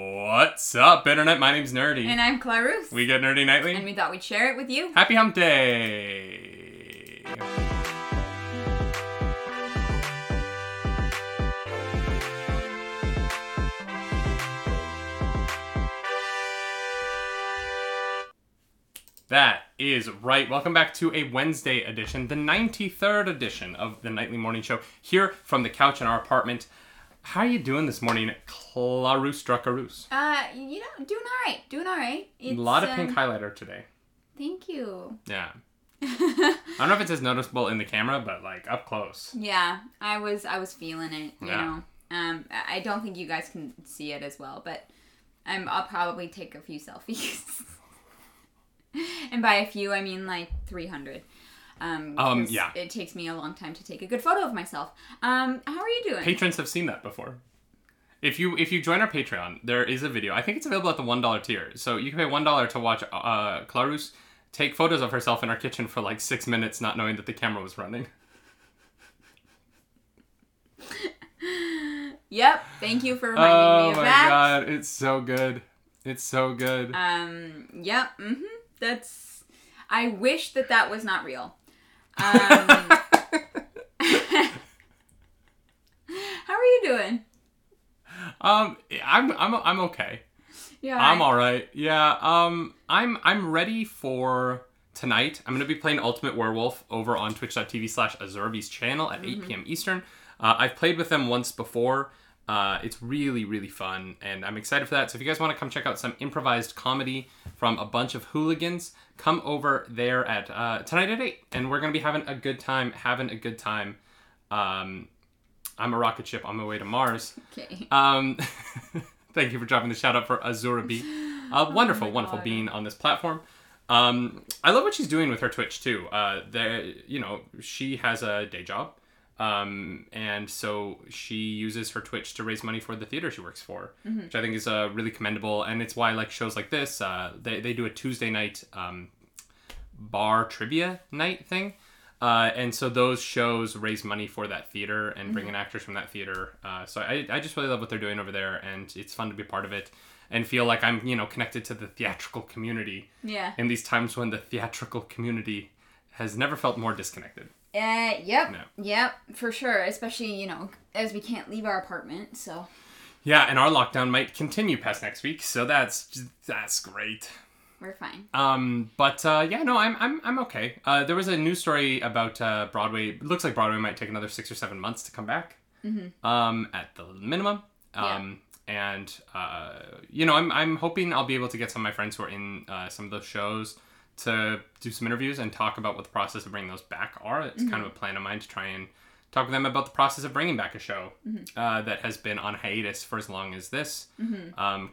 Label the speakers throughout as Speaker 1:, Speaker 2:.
Speaker 1: What's up, Internet? My name's Nerdy.
Speaker 2: And I'm Claruth.
Speaker 1: we get Nerdy Nightly.
Speaker 2: and we thought we'd share it with you.
Speaker 1: Happy Hump Day! That is right. Welcome back to a Wednesday edition, the 93rd edition of the Nightly Morning Show, here from the couch in our apartment. How are you doing this morning, Clarus Dracarus?
Speaker 2: Uh, you know, doing all right, doing all right.
Speaker 1: A
Speaker 2: It's,
Speaker 1: lot of
Speaker 2: um,
Speaker 1: pink highlighter today.
Speaker 2: Thank you.
Speaker 1: Yeah. I don't know if it's as noticeable in the camera, but like up close.
Speaker 2: yeah, I was I was feeling it. You
Speaker 1: Yeah.
Speaker 2: know, um, I I don't think you guys can see it as well, but I'm I'll probably take a few selfies. and by a few, I mean like 300. Um,
Speaker 1: Um,
Speaker 2: 'cause
Speaker 1: yeah.
Speaker 2: It takes me a long time to take a good photo of myself. Um, how are you doing?
Speaker 1: Patrons have seen that before. If you if you join our Patreon, there is a video. I think it's available at the one dollar tier. So you can pay one dollar to watch uh, Clarus take photos of herself in our kitchen for like six minutes, not knowing that the camera was running.
Speaker 2: yep. Thank you for reminding me
Speaker 1: Oh
Speaker 2: of
Speaker 1: my
Speaker 2: that.
Speaker 1: god, it's so good. It's so good.
Speaker 2: Um. Yep. Mm-hmm. That's. I wish that that was not real. Um, how are you doing?
Speaker 1: um, I'm I'm I'm okay.
Speaker 2: Yeah.
Speaker 1: I'm all right. Yeah. Um. I'm I'm ready for tonight. I'm gonna be playing Ultimate Werewolf over on twitch.tv slash Azurbi's channel at 8 p.m. Eastern. Uh, I've played with them once before. Uh, it's really really fun, and I'm excited for that. So if you guys want to come check out some improvised comedy from a bunch of hooligans, come over there at uh, tonight at eight, and we're gonna be having a good time. Having a good time. Um, I'm a rocket ship on my way to Mars.
Speaker 2: okay.
Speaker 1: Um, thank you for dropping the shout out for Azura B. A wonderful, wonderful
Speaker 2: God.
Speaker 1: being on this platform. Um, I love what she's doing with her Twitch too. Uh, there, you know, she has a day job, um, and so she uses her Twitch to raise money for the theater she works for, which I think is uh, really commendable. And it's why like shows like this, uh, they they do a Tuesday night um, bar trivia night thing. Uh, and so those shows raise money for that theater and bring in actors from that theater. Uh, so I, I just really love what they're doing over there, and it's fun to be part of it and feel like I'm you know connected to the theatrical community
Speaker 2: Yeah.
Speaker 1: in these times when the theatrical community has never felt more disconnected.
Speaker 2: Uh, yep.
Speaker 1: No.
Speaker 2: Yep. For sure. Especially you know as we can't leave our apartment, so
Speaker 1: Yeah, and our lockdown might continue past next week, so that's that's great.
Speaker 2: we're fine.
Speaker 1: Um, but uh, yeah, no, I'm I'm I'm okay. Uh, there was a news story about uh, Broadway. It looks like Broadway might take another six or seven months to come back, um, at the minimum.
Speaker 2: Yeah.
Speaker 1: Um, and uh, you know, I'm I'm hoping I'll be able to get some of my friends who are in uh, some of those shows to do some interviews and talk about what the process of bringing those back are. It's
Speaker 2: Mm-hmm.
Speaker 1: kind of a plan of mine to try and talk with them about the process of bringing back a show
Speaker 2: Mm-hmm.
Speaker 1: uh, that has been on hiatus for as long as this,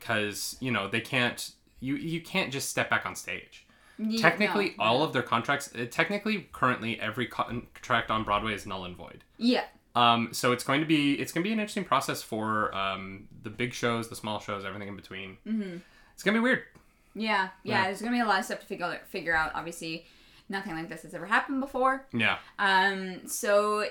Speaker 1: because you know they can't you you can't just step back on stage.
Speaker 2: You-
Speaker 1: Technically,
Speaker 2: no.
Speaker 1: all of their contracts. Uh, technically, currently, every contract on Broadway is null and void.
Speaker 2: Yeah.
Speaker 1: Um, so it's going to be it's going to be an interesting process for um, the big shows, the small shows, everything in between. Mm-hmm. It's gonna be weird.
Speaker 2: Yeah. Yeah.
Speaker 1: Yeah.
Speaker 2: There's gonna be a lot of stuff to figure figure out. Obviously, nothing like this has ever happened before.
Speaker 1: Yeah,
Speaker 2: Um, so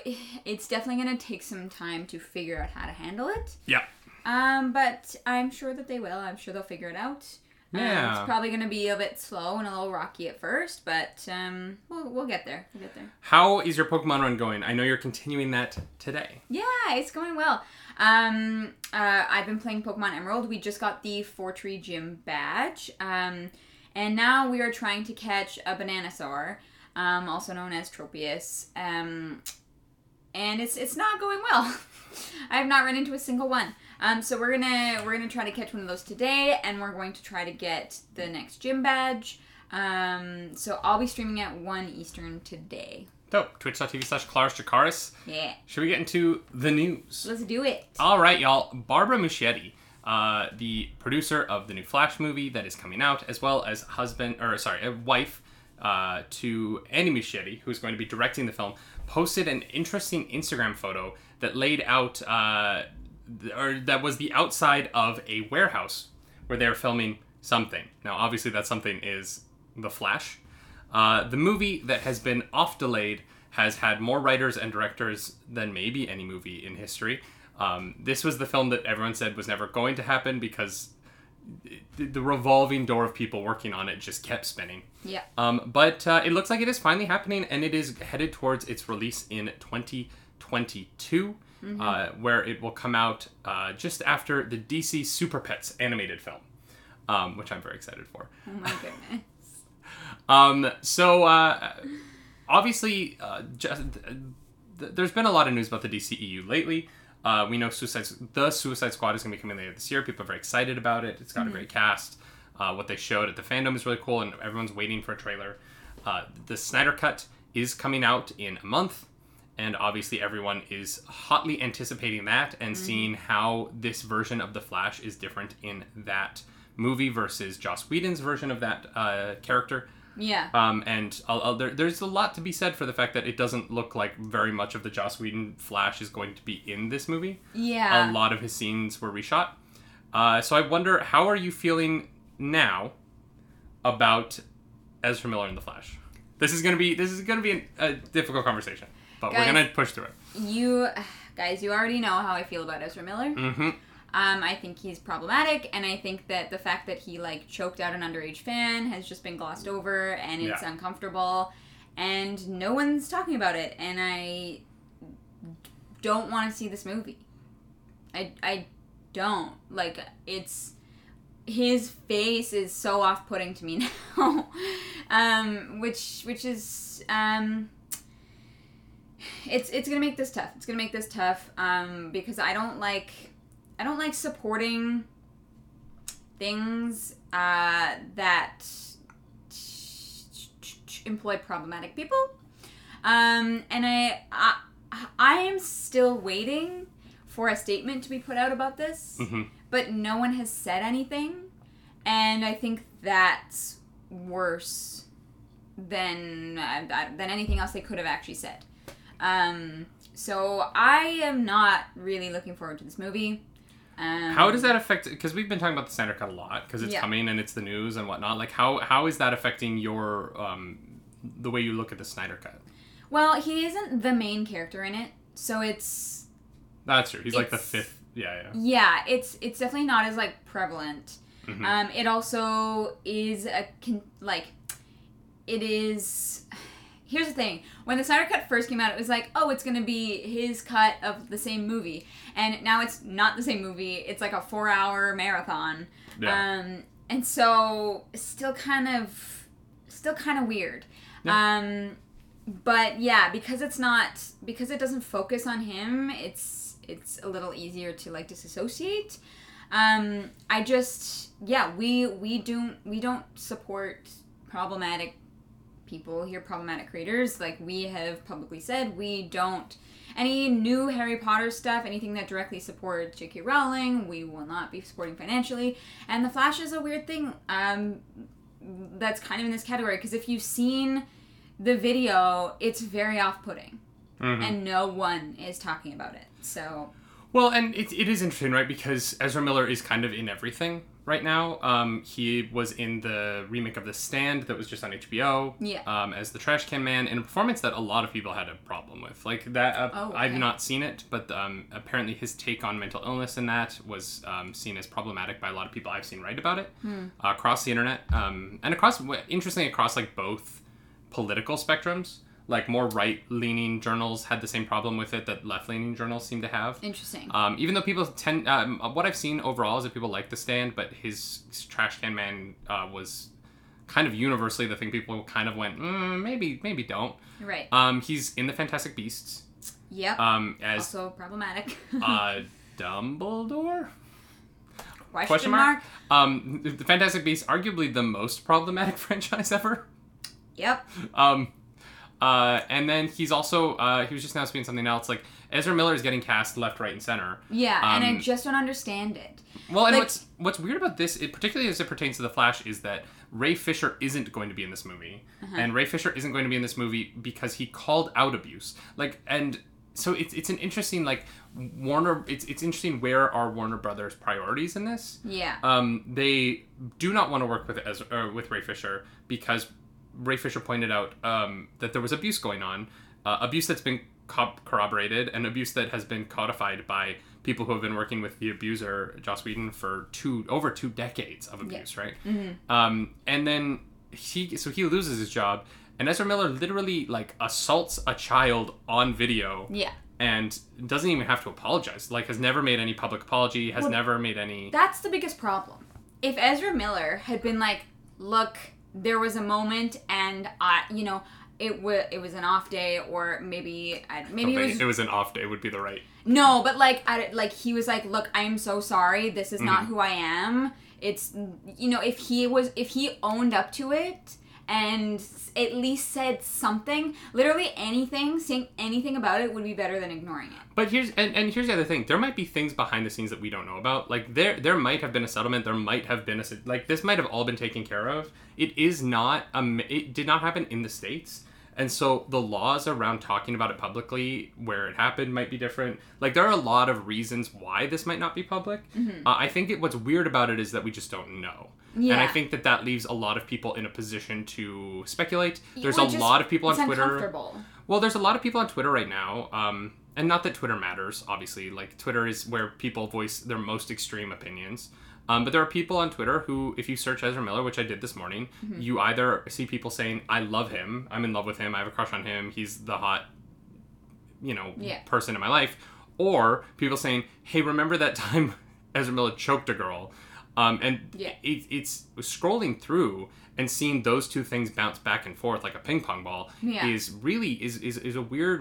Speaker 2: it's definitely gonna take some time to figure out how to handle it.
Speaker 1: yeah,
Speaker 2: Um, but I'm sure that they will. I'm sure they'll figure it out. Um,
Speaker 1: Yeah.
Speaker 2: it's probably gonna be a bit slow and a little rocky at first, but um, we'll we'll get there. We'll get there.
Speaker 1: How is your Pokemon run going? I know you're continuing that today.
Speaker 2: Yeah, it's going well. Um, uh, I've been playing Pokemon Emerald. We just got the Fortree Gym badge. Um, and now we are trying to catch a Bananasaur, um, also known as Tropius. Um, and it's it's not going well. I have not run into a single one. Um, so we're gonna we're gonna try to catch one of those today, and we're going to try to get the next gym badge. Um, so I'll be streaming at one Eastern today.
Speaker 1: Dope. Twitch.tv slash Claris Jacaris.
Speaker 2: Yeah,
Speaker 1: Should we get into the news?
Speaker 2: let's do it.
Speaker 1: All right, y'all. Barbara Muschietti, uh, the producer of the new Flash movie that is coming out, as well as husband or sorry, a wife uh, to Andy Muschietti, who's going to be directing the film, posted an interesting Instagram photo that laid out uh, th- or that was the outside of a warehouse where they were filming something. Now, obviously, that something is the Flash. Uh, the movie that has been off delayed has had more writers and directors than maybe any movie in history. Um, this was the film that everyone said was never going to happen because the, the revolving door of people working on it just kept spinning.
Speaker 2: Yeah.
Speaker 1: Um, but uh, it looks like it is finally happening, and it is headed towards its release in 2022, uh, where it will come out uh, just after the DC Super Pets animated film, um, which I'm very excited for.
Speaker 2: Oh my goodness.
Speaker 1: Um, so uh, obviously, uh, just, th- there's been a lot of news about the DCEU lately. Uh, we know Suicide the Suicide Squad is going to be coming later this year. People are very excited about it. It's got a great cast. Uh, what they showed at the fandom is really cool, and everyone's waiting for a trailer. Uh, the Snyder Cut is coming out in a month, and obviously everyone is hotly anticipating that and seeing how this version of the Flash is different in that movie versus Joss Whedon's version of that uh, character.
Speaker 2: Yeah.
Speaker 1: Um, and I'll, I'll, there, there's a lot to be said for the fact that it doesn't look like very much of the Joss Whedon Flash is going to be in this movie.
Speaker 2: Yeah.
Speaker 1: A lot of his scenes were reshot. Uh, so I wonder, how are you feeling now about Ezra Miller and the Flash? This is gonna be this is gonna be an, a difficult conversation, but
Speaker 2: Guys.
Speaker 1: we're gonna push through it.
Speaker 2: You guys, you already know how I feel about Ezra Miller.
Speaker 1: Mm-hmm.
Speaker 2: Um, I think he's problematic, and I think that the fact that he like choked out an underage fan has just been glossed over, and it's
Speaker 1: Yeah.
Speaker 2: uncomfortable, and no one's talking about it, and I don't want to see this movie. I I don't like it's his face is so off-putting to me now, um, which which is um, it's it's gonna make this tough. It's gonna make this tough um, because I don't like I don't like supporting things uh, that employ problematic people, um, and I, I I am still waiting for a statement to be put out about this
Speaker 1: Mm-hmm.
Speaker 2: but no one has said anything. And I think that's worse than uh, that- than anything else they could have actually said. Um, so I am not really looking forward to this movie. Um,
Speaker 1: How does that affect? Because we've been talking about the Snyder Cut a lot because it's
Speaker 2: Yeah.
Speaker 1: coming and it's the news and whatnot. Like how how is that affecting your um, the way you look at the Snyder Cut?
Speaker 2: Well, he isn't the main character in it, so it's
Speaker 1: That's true. He's like the
Speaker 2: It's-
Speaker 1: fifth. Yeah, yeah.
Speaker 2: yeah, it's it's definitely not as like prevalent.
Speaker 1: Mhm.
Speaker 2: Um, it also is a con- like it is. Here's the thing: when the Snyder Cut first came out, it was like, oh, it's gonna be his cut of the same movie, and now it's not the same movie. It's like a four-hour marathon.
Speaker 1: yeah.
Speaker 2: Um, and so still kind of, still kind of weird.
Speaker 1: Yeah.
Speaker 2: Um, but yeah, because it's not because it doesn't focus on him, it's it's a little easier to like disassociate. Um, I just yeah, we we don't we don't support problematic people here, problematic creators. Like we have publicly said, we don't any new Harry Potter stuff, anything that directly supports J.K. Rowling, we will not be supporting financially. And the Flash is a weird thing um, that's kind of in this category because if you've seen the video, it's very off-putting,
Speaker 1: Mhm.
Speaker 2: and no one is talking about it. So
Speaker 1: Well, and it, it is interesting, right? Because Ezra Miller is kind of in everything right now. Um, he was in the remake of The Stand that was just on HBO.
Speaker 2: Yeah.
Speaker 1: Um, as the Trash Can Man, in a performance that a lot of people had a problem with. Like that, uh,
Speaker 2: Oh,
Speaker 1: I've
Speaker 2: okay.
Speaker 1: not seen it, but um, apparently his take on mental illness in that was um, seen as problematic by a lot of people I've seen write about it
Speaker 2: Hmm.
Speaker 1: uh, across the internet um, and across, interestingly, across like both political spectrums. Like more right leaning journals had the same problem with it that left leaning journals seem to have.
Speaker 2: interesting.
Speaker 1: Um, even though people tend, um, what I've seen overall is that people like the stand, but his trash can man uh, was kind of universally the thing people kind of went, mm, maybe, maybe don't.
Speaker 2: right.
Speaker 1: Um, he's in the Fantastic Beasts
Speaker 2: yep.
Speaker 1: um, as
Speaker 2: also problematic.
Speaker 1: uh, Dumbledore.
Speaker 2: question,
Speaker 1: Question
Speaker 2: mark?
Speaker 1: mark? Um, the Fantastic Beasts, arguably the most problematic franchise ever.
Speaker 2: Yep.
Speaker 1: Um, uh, and then he's also uh, he was just now speaking something else like Ezra Miller is getting cast left, right, and center.
Speaker 2: Yeah, and I
Speaker 1: Um,
Speaker 2: just don't understand it.
Speaker 1: Well, and
Speaker 2: Like-
Speaker 1: what's what's weird about this, it, particularly as it pertains to the Flash, is that Ray Fisher isn't going to be in this movie, and Ray Fisher isn't going to be in this movie because he called out abuse. Like, and so it's it's an interesting like Warner. It's it's interesting where are Warner Brothers priorities in this?
Speaker 2: Yeah.
Speaker 1: Um, they do not want to work with Ezra, uh, with Ray Fisher because Ray Fisher pointed out um, that there was abuse going on, uh, abuse that's been co- corroborated and abuse that has been codified by people who have been working with the abuser Joss Whedon for two over two decades of
Speaker 2: Yeah. Mm-hmm.
Speaker 1: abuse, right? Um, and then he so he loses his job, and Ezra Miller literally like assaults a child on video
Speaker 2: Yeah.
Speaker 1: and doesn't even have to apologize. Like has never made any public apology, has
Speaker 2: Well,
Speaker 1: never made any.
Speaker 2: That's the biggest problem. If Ezra Miller had been like, "Look, there was a moment, and I, you know, it was it was an off day, or maybe I, maybe it was
Speaker 1: it was an off day would be the right
Speaker 2: no, but like I, like he was like, "Look, I am so sorry. This is not
Speaker 1: Mm-hmm.
Speaker 2: who I am." It's you know, if he was if he owned up to it and s- at least said something, literally anything, saying anything about it would be better than ignoring it.
Speaker 1: But here's and, and here's the other thing. There might be things behind the scenes that we don't know about. Like there there might have been a settlement. There might have been a se- like this might have all been taken care of. It is not um it did not happen in the states. And so the laws around talking about it publicly, where it happened, might be different. Like there are a lot of reasons why this might not be public. Uh, I think it, what's weird about it is that we just don't know. And I
Speaker 2: Yeah.
Speaker 1: think that that leaves a lot of people in a position to speculate. There's
Speaker 2: Well,
Speaker 1: a
Speaker 2: just-
Speaker 1: lot of people on
Speaker 2: it's
Speaker 1: Twitter.
Speaker 2: uncomfortable.
Speaker 1: Well, there's a lot of people on Twitter right now, um, and not that Twitter matters, obviously. Like, Twitter is where people voice their most extreme opinions. Um, but there are people on Twitter who, if you search Ezra Miller, which I did this morning,
Speaker 2: Mm-hmm.
Speaker 1: you either see people saying, I love him, I'm in love with him, I have a crush on him, he's the hot, you know,
Speaker 2: Yeah.
Speaker 1: person in my life, or people saying, hey, remember that time Ezra Miller choked a girl? Um, and
Speaker 2: Yeah.
Speaker 1: it, it's scrolling through and seeing those two things bounce back and forth like a ping pong ball
Speaker 2: Yeah.
Speaker 1: is really is, is is a weird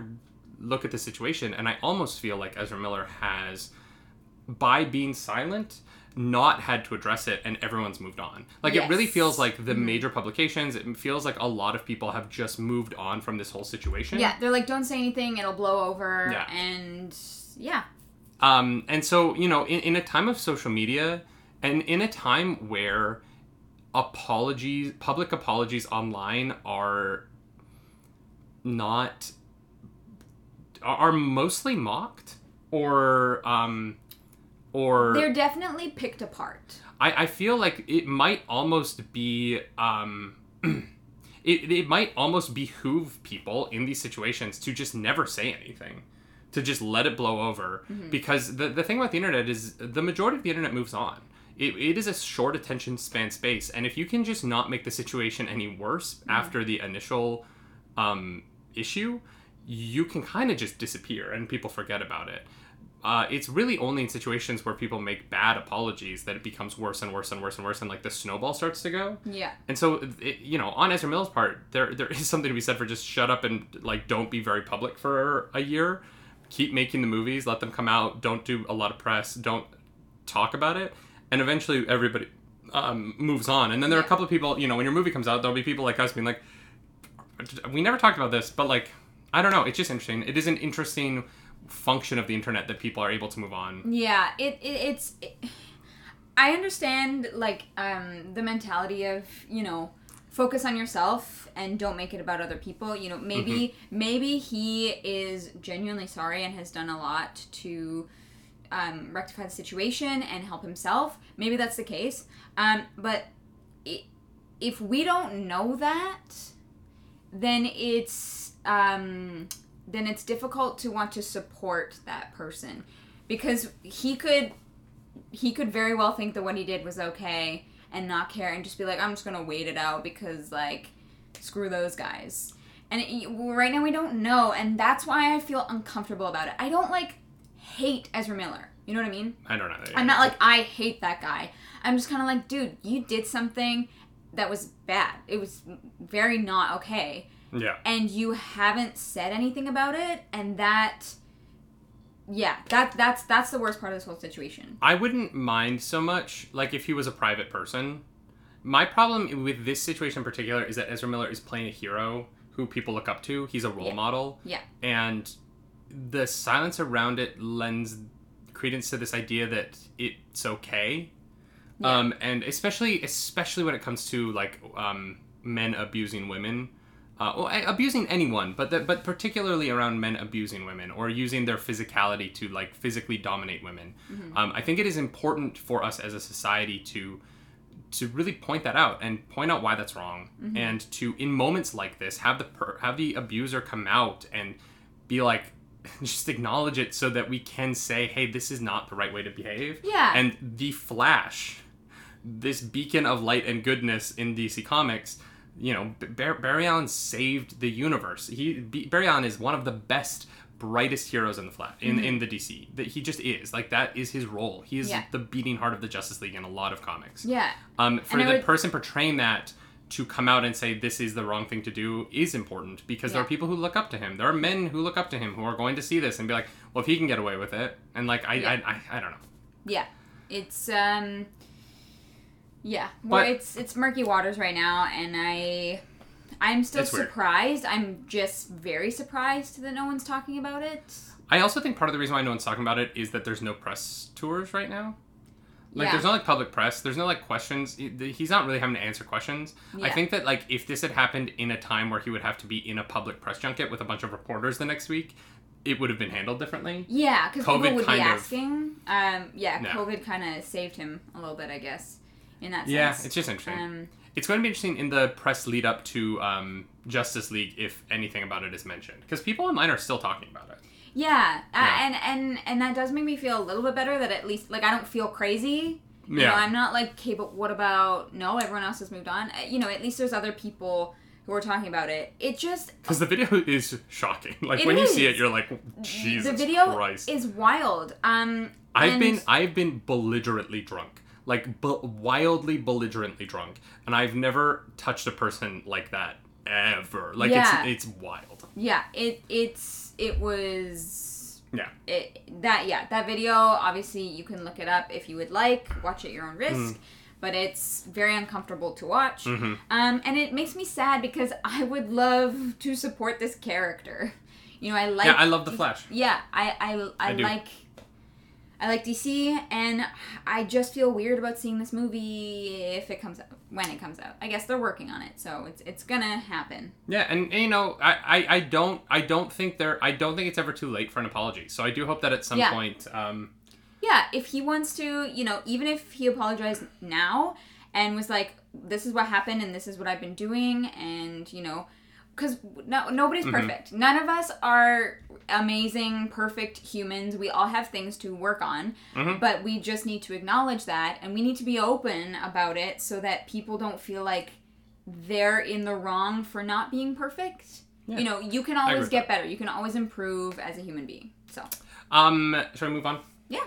Speaker 1: look at the situation and i almost feel like ezra miller has by being silent not had to address it and everyone's moved on like it really
Speaker 2: Yes. Mm-hmm.
Speaker 1: feels like the major publications it feels like a lot of people have just moved on from this whole situation
Speaker 2: Yeah, they're like, don't say anything; it'll blow over.
Speaker 1: Yeah.
Speaker 2: And yeah,
Speaker 1: Um, and so, you know, in, in a time of social media and in a time where apologies, public apologies online are not, are mostly mocked or, um, or
Speaker 2: they're definitely picked apart.
Speaker 1: I, I feel like it might almost be um it, it might almost behoove people in these situations to just never say anything to just let it blow over because the, the thing about the internet is the majority of the internet moves on it, it is a short attention span space and if you can just not make the situation any worse after the initial um, issue you can kind of just disappear and people forget about it uh, it's really only in situations where people make bad apologies that it becomes worse and worse and worse and worse and like the snowball starts to go
Speaker 2: Yeah.
Speaker 1: and so it, you know on ezra miller's part there there is something to be said for just shut up and like don't be very public for a year keep making the movies let them come out don't do a lot of press don't talk about it and eventually everybody um, moves on and then there are a
Speaker 2: Yeah.
Speaker 1: couple of people you know when your movie comes out there'll be people like us being like we never talked about this but like i don't know it's just interesting it is an interesting function of the internet that people are able to move on
Speaker 2: Yeah, it, it it's. It, I understand like um, the mentality of you know focus on yourself and don't make it about other people. You know maybe maybe he is genuinely sorry and has done a lot to um, rectify the situation and help himself. Maybe that's the case. Um, but i if we don't know that, then it's um, then it's difficult to want to support that person because he could he could very well think that what he did was okay and not care and just be like i'm just gonna wait it out because like screw those guys and it, right now we don't know and that's why i feel uncomfortable about it i don't like hate ezra miller you know what i mean
Speaker 1: i don't know
Speaker 2: i'm not like i hate that guy i'm just kind of like dude you did something that was bad it was very not okay
Speaker 1: yeah
Speaker 2: and you haven't said anything about it and that yeah that that's that's the worst part of this whole situation
Speaker 1: I wouldn't mind so much, like if he was a private person. My problem with this situation in particular is that Ezra Miller is playing a hero who people look up to. He's a role
Speaker 2: Yeah.
Speaker 1: model,
Speaker 2: yeah
Speaker 1: and the silence around it lends credence to this idea that it's okay.
Speaker 2: Yeah.
Speaker 1: Um, and especially, especially when it comes to like um, men abusing women, uh, or a- abusing anyone, but the, but particularly around men abusing women or using their physicality to like physically dominate women.
Speaker 2: Mm-hmm.
Speaker 1: Um, I think it is important for us as a society to to really point that out and point out why that's wrong
Speaker 2: Mm-hmm.
Speaker 1: and to in moments like this have the per- have the abuser come out and be like just acknowledge it so that we can say, hey, this is not the right way to behave.
Speaker 2: Yeah.
Speaker 1: And the Flash, this beacon of light and goodness in DC Comics, you know, B- Bar- Barry Allen saved the universe. He B- Barry Allen is one of the best, brightest heroes in the Flash in, in the DC. That he just is like that is his role. He is
Speaker 2: Mm-hmm. Yeah.
Speaker 1: the beating heart of the Justice League in a lot of comics.
Speaker 2: Yeah.
Speaker 1: Um, for
Speaker 2: And I
Speaker 1: the
Speaker 2: would-
Speaker 1: person portraying that to come out and say this is the wrong thing to do is important because there
Speaker 2: Yeah.
Speaker 1: are people who look up to him. There are men who look up to him who are going to see this and be like, well, if he can get away with it, and like I,
Speaker 2: Yeah.
Speaker 1: I, I, I don't know.
Speaker 2: Yeah. It's um yeah, well
Speaker 1: But-
Speaker 2: it's it's murky waters right now and I I'm still
Speaker 1: It's weird.
Speaker 2: surprised. I'm just very surprised that no one's talking about it.
Speaker 1: I also think part of the reason why no one's talking about it is that there's no press tours right now. Like,
Speaker 2: Yeah.
Speaker 1: there's no like public press. There's no like questions. He- the- He's not really having to answer questions. I
Speaker 2: Yeah.
Speaker 1: think that like if this had happened in a time where he would have to be in a public press junket with a bunch of reporters the next week, it would have been handled differently.
Speaker 2: Yeah, cuz people
Speaker 1: COVID
Speaker 2: would be
Speaker 1: kind of-
Speaker 2: asking. Um yeah,
Speaker 1: No.
Speaker 2: COVID kind of saved him a little bit, I guess. In that sense.
Speaker 1: Yeah, it's just interesting.
Speaker 2: um
Speaker 1: It's going to be interesting in the press lead up to um, Justice League if anything about it is mentioned because people online are still talking about it.
Speaker 2: Yeah, uh,
Speaker 1: Yeah.
Speaker 2: and and and that does make me feel a little bit better that at least like I don't feel crazy. You
Speaker 1: Yeah.
Speaker 2: know, I'm not like, okay, but what about no? Everyone else has moved on. Uh, You know, at least there's other people who are talking about it. It just
Speaker 1: Because the video is shocking. Like
Speaker 2: It
Speaker 1: when you see
Speaker 2: is.
Speaker 1: it, you're like, Jesus
Speaker 2: the video
Speaker 1: Christ.
Speaker 2: is wild. Um,
Speaker 1: I've
Speaker 2: and-
Speaker 1: been I've been belligerently drunk, like be- wildly belligerently drunk, and I've never touched a person like that ever. Like
Speaker 2: Yeah.
Speaker 1: it's it's wild.
Speaker 2: yeah. It it's it was
Speaker 1: Yeah.
Speaker 2: it, that yeah that video. Obviously, you can look it up if you would like. Watch at your own
Speaker 1: Mm.
Speaker 2: risk. But it's very uncomfortable to watch.
Speaker 1: hmm
Speaker 2: Um, and it makes me sad because I would love to support this character. You know, I like.
Speaker 1: Yeah, I love the Flash.
Speaker 2: Yeah, I I, I,
Speaker 1: I do.
Speaker 2: like. I like DC, and I just feel weird about seeing this movie if it comes out when it comes out. I guess they're working on it, so it's it's gonna happen.
Speaker 1: Yeah, and, and, you know, I, I, I don't I don't think there I don't think it's ever too late for an apology. So I do hope that at some
Speaker 2: Yeah.
Speaker 1: point, um,
Speaker 2: Yeah, if he wants to, you know, even if he apologized now and was like, "This is what happened, and this is what I've been doing," and you know, because no, nobody's
Speaker 1: Mm-hmm.
Speaker 2: perfect. None of us are amazing, perfect humans. We all have things to work on,
Speaker 1: Mhm.
Speaker 2: but we just need to acknowledge that, and we need to be open about it so that people don't feel like they're in the wrong for not being perfect.
Speaker 1: Yeah.
Speaker 2: You know, you can
Speaker 1: agree
Speaker 2: always
Speaker 1: with
Speaker 2: get better. You can always improve as a human being. So,
Speaker 1: um, should I move on?
Speaker 2: yeah.